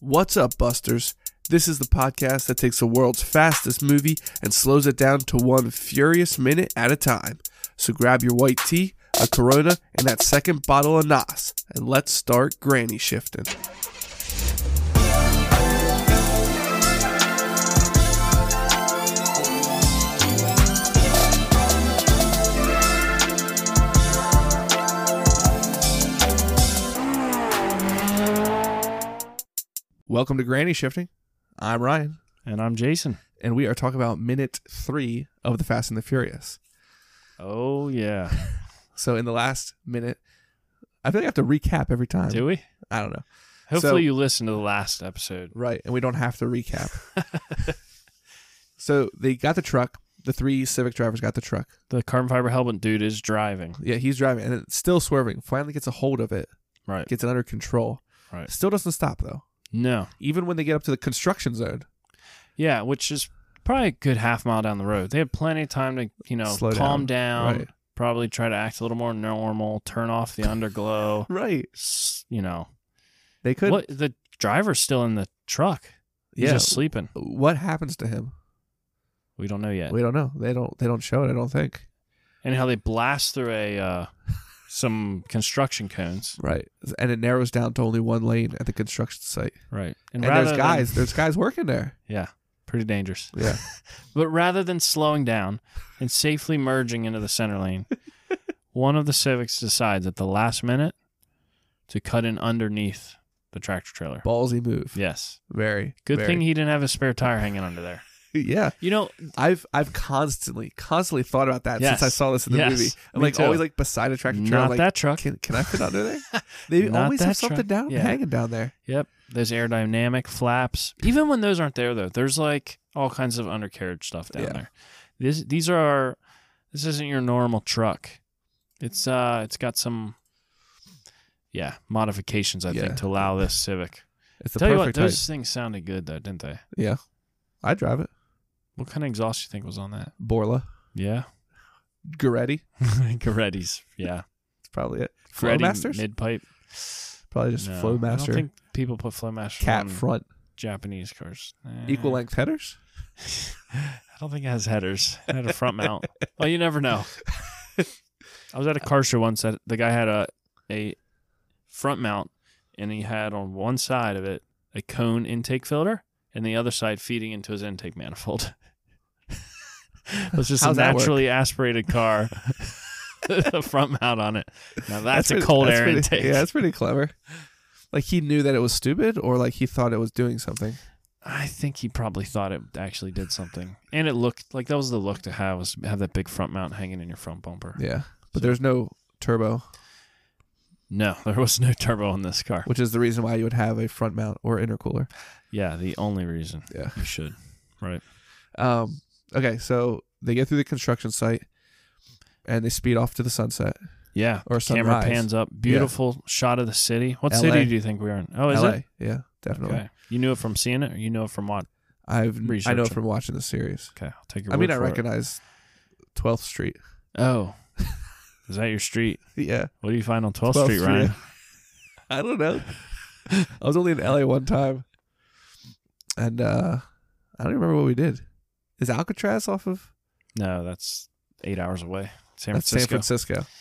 What's up, Busters? This is the podcast that takes the world's fastest movie and slows it down to one furious minute at a time. So grab your white tea, a Corona, and that second bottle of Nas, and let's start granny shifting. Welcome to Granny Shifting. I'm Ryan, And I'm Jason. and we are talking about minute three of The Fast and the Furious. Oh yeah. So in the last minute, I feel like I have to recap every time. Do we? I don't know. Hopefully So- you listened to the last episode. Right, and we don't have to recap. so they got the truck. The three Civic drivers got the truck. The carbon fiber helmet dude is driving. Yeah, he's driving and it's still swerving. Finally gets a hold of it, Right. gets it under control. Right. Still doesn't stop though. No. Even when they get up to the construction zone, Yeah, which is probably a good half mile down the road. They had plenty of time to, you know, Slow calm down, Right. probably try to act a little more normal, turn off the underglow. right? s- you know. They could. What the driver's still in the truck. He's Yeah. just sleeping. What happens to him? We don't know yet. We don't know. They don't. They don't show it. I don't think. And how they blast through a uh some construction cones. Right. And it narrows down to only one lane at the construction site. Right. And, rather there's than- guys. There's guys working there. yeah. Pretty dangerous. Yeah. But rather than slowing down and safely merging into the center lane, one of the Civics decides at the last minute to cut in underneath the tractor trailer. Ballsy move. Yes. Very Good very. thing he didn't have his spare tire hanging under there. yeah. You know, I've I've constantly constantly thought about that Yes. since I saw this in the Yes. movie. I'm Me like too. always like beside a tractor trailer. not like, that truck. Can, can I fit under there? They Not always have that something truck. down Yeah. hanging down there. Yep. There's aerodynamic flaps. Even when those aren't there though, there's like all kinds of undercarriage stuff down Yeah. there. This these are this isn't your normal truck. It's uh it's got some yeah, modifications I Yeah. think to allow this Civic. It's the Tell you what, perfect height. those things sounded good though, didn't they? Yeah, I drive it. What kind of exhaust you think was on that? Borla, Yeah, Goretti. Goretti's. Yeah, That's probably it. Goretti Flowmasters, midpipe. probably just No, I Flowmaster. don't think Hmm. people put Flowmaster Cat on front, Japanese cars. Eh, equal length headers. I don't think it has headers. It had a front mount. Well, you never know. I was at a car show once that the guy had a a front mount, and he had on one side of it a cone intake filter, and the other side feeding into his intake manifold. it was just How's a that work? naturally aspirated car. with a front mount on it. Now that's, a pretty- cold that's air pretty- intake. Yeah, that's pretty clever. Like he knew that it was stupid, or like he thought it was doing something. I think he probably thought it actually did something, and it looked like that was the look to have was have that big front mount hanging in your front bumper. Yeah, but there's no turbo, No, there was no turbo on this car. which is the reason why you would have a front mount or intercooler. Yeah, the only reason. Yeah. you should. Right. Um, okay, so they get through the construction site and they speed off to the sunset Yeah. or sunrise. Camera pans up. Beautiful shot of the city. What LA. city do you think we are in? Oh, is LA. it? Yeah, definitely. Okay. You knew it from seeing it, or you know it from what? I've I Research know it. from watching the series. Okay, I'll take your. I mean, word I for it. recognize 12th Street. Oh, is that your street? Yeah, What do you find on 12th, 12th Street, Street. Ryan? I don't know. I was only in LA one time, and uh I don't even remember what we did. Is Alcatraz off of No, that's eight hours away. San that's San Francisco. Francisco?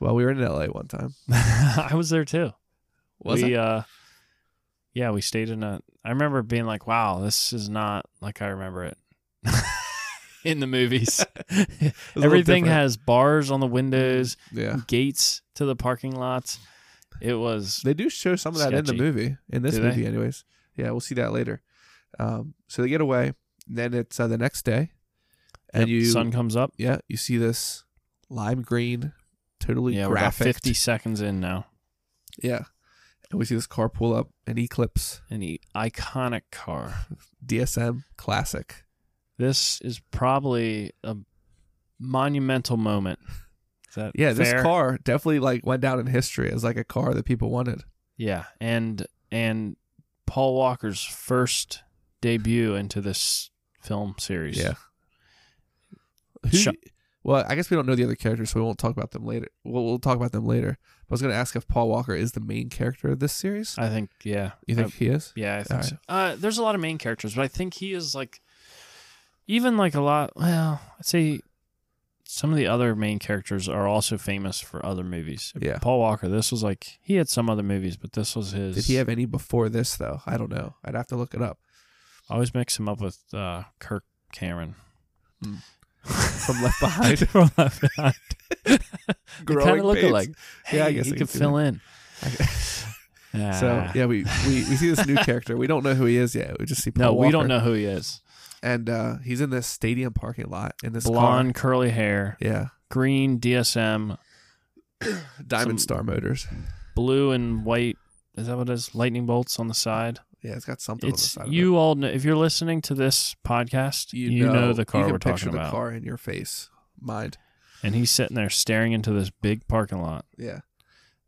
Well, we were in LA one time. I was there too. Was we it? uh yeah, we stayed in a I remember being like, wow, this is not like I remember it. in the movies. It was a little Everything different. has bars on the windows, yeah. gates to the parking lots. It was They do show some of that in the Sketchy. movie, in this Do they? movie, anyways. Yeah, we'll see that later. Um, so they get away. And then it's uh, the next day, and yep, you, sun comes up. yeah, you see this lime green, totally Yeah, we're about graphic. fifty seconds in now. Yeah, and we see this car pull up, an Eclipse An e- iconic car. DSM classic. This is probably a monumental moment. Is that Yeah, this fair? car definitely like went down in history as like a car that people wanted. Yeah, and and Paul Walker's first debut into this film series. Yeah. Who, Sho- Well, I guess we don't know the other characters, so we won't talk about them later. We'll, we'll talk about them later. But I was going to ask if Paul Walker is the main character of this series. I think yeah. You think I- he is? yeah, I think Alright. so. Uh, there's a lot of main characters, but I think he is like even like a lot. Well, I'd say some of the other main characters are also famous for other movies. Yeah. Paul Walker. This was like he had some other movies, but this was his. Did he have any before this though? I don't know. I'd have to look it up. I always mix him up with uh, Kirk Cameron Hmm. From Left Behind. From Left Behind. Growing kind of look pains. alike. Hey, Yeah, I guess he I could can see fill in. Okay. Ah. So yeah, we, we we see this new character. We don't know who he is yet. We just see Paul no, we Walker. don't know who he is. And uh, he's in this stadium parking lot in this Blonde, curly hair, Car. Yeah, green DSM, Diamond Some- Star Motors. blue and white. Is that what it is? Lightning bolts on the side. Yeah, it's got something. It's on the side you all know. If you're listening to this podcast, Of it. you, know, the car you can we're picture talking the about. Car in your face, mind. And he's sitting there staring into this big parking lot. Yeah,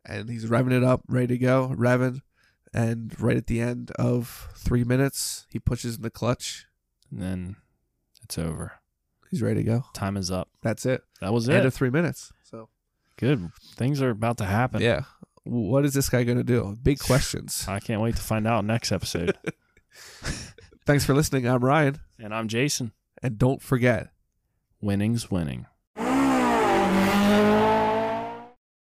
and he's revving it up, ready to go, revving. And right at the end of three minutes, he pushes in the clutch. And then it's over. He's ready to go. Time is up. That's it. That was End it. of three minutes. So Good. Things are about to happen. yeah, what is this guy gonna do? Big questions. I can't wait to find out next episode. Thanks for listening. I'm Ryan, and I'm Jason. and don't forget. Winning's winning.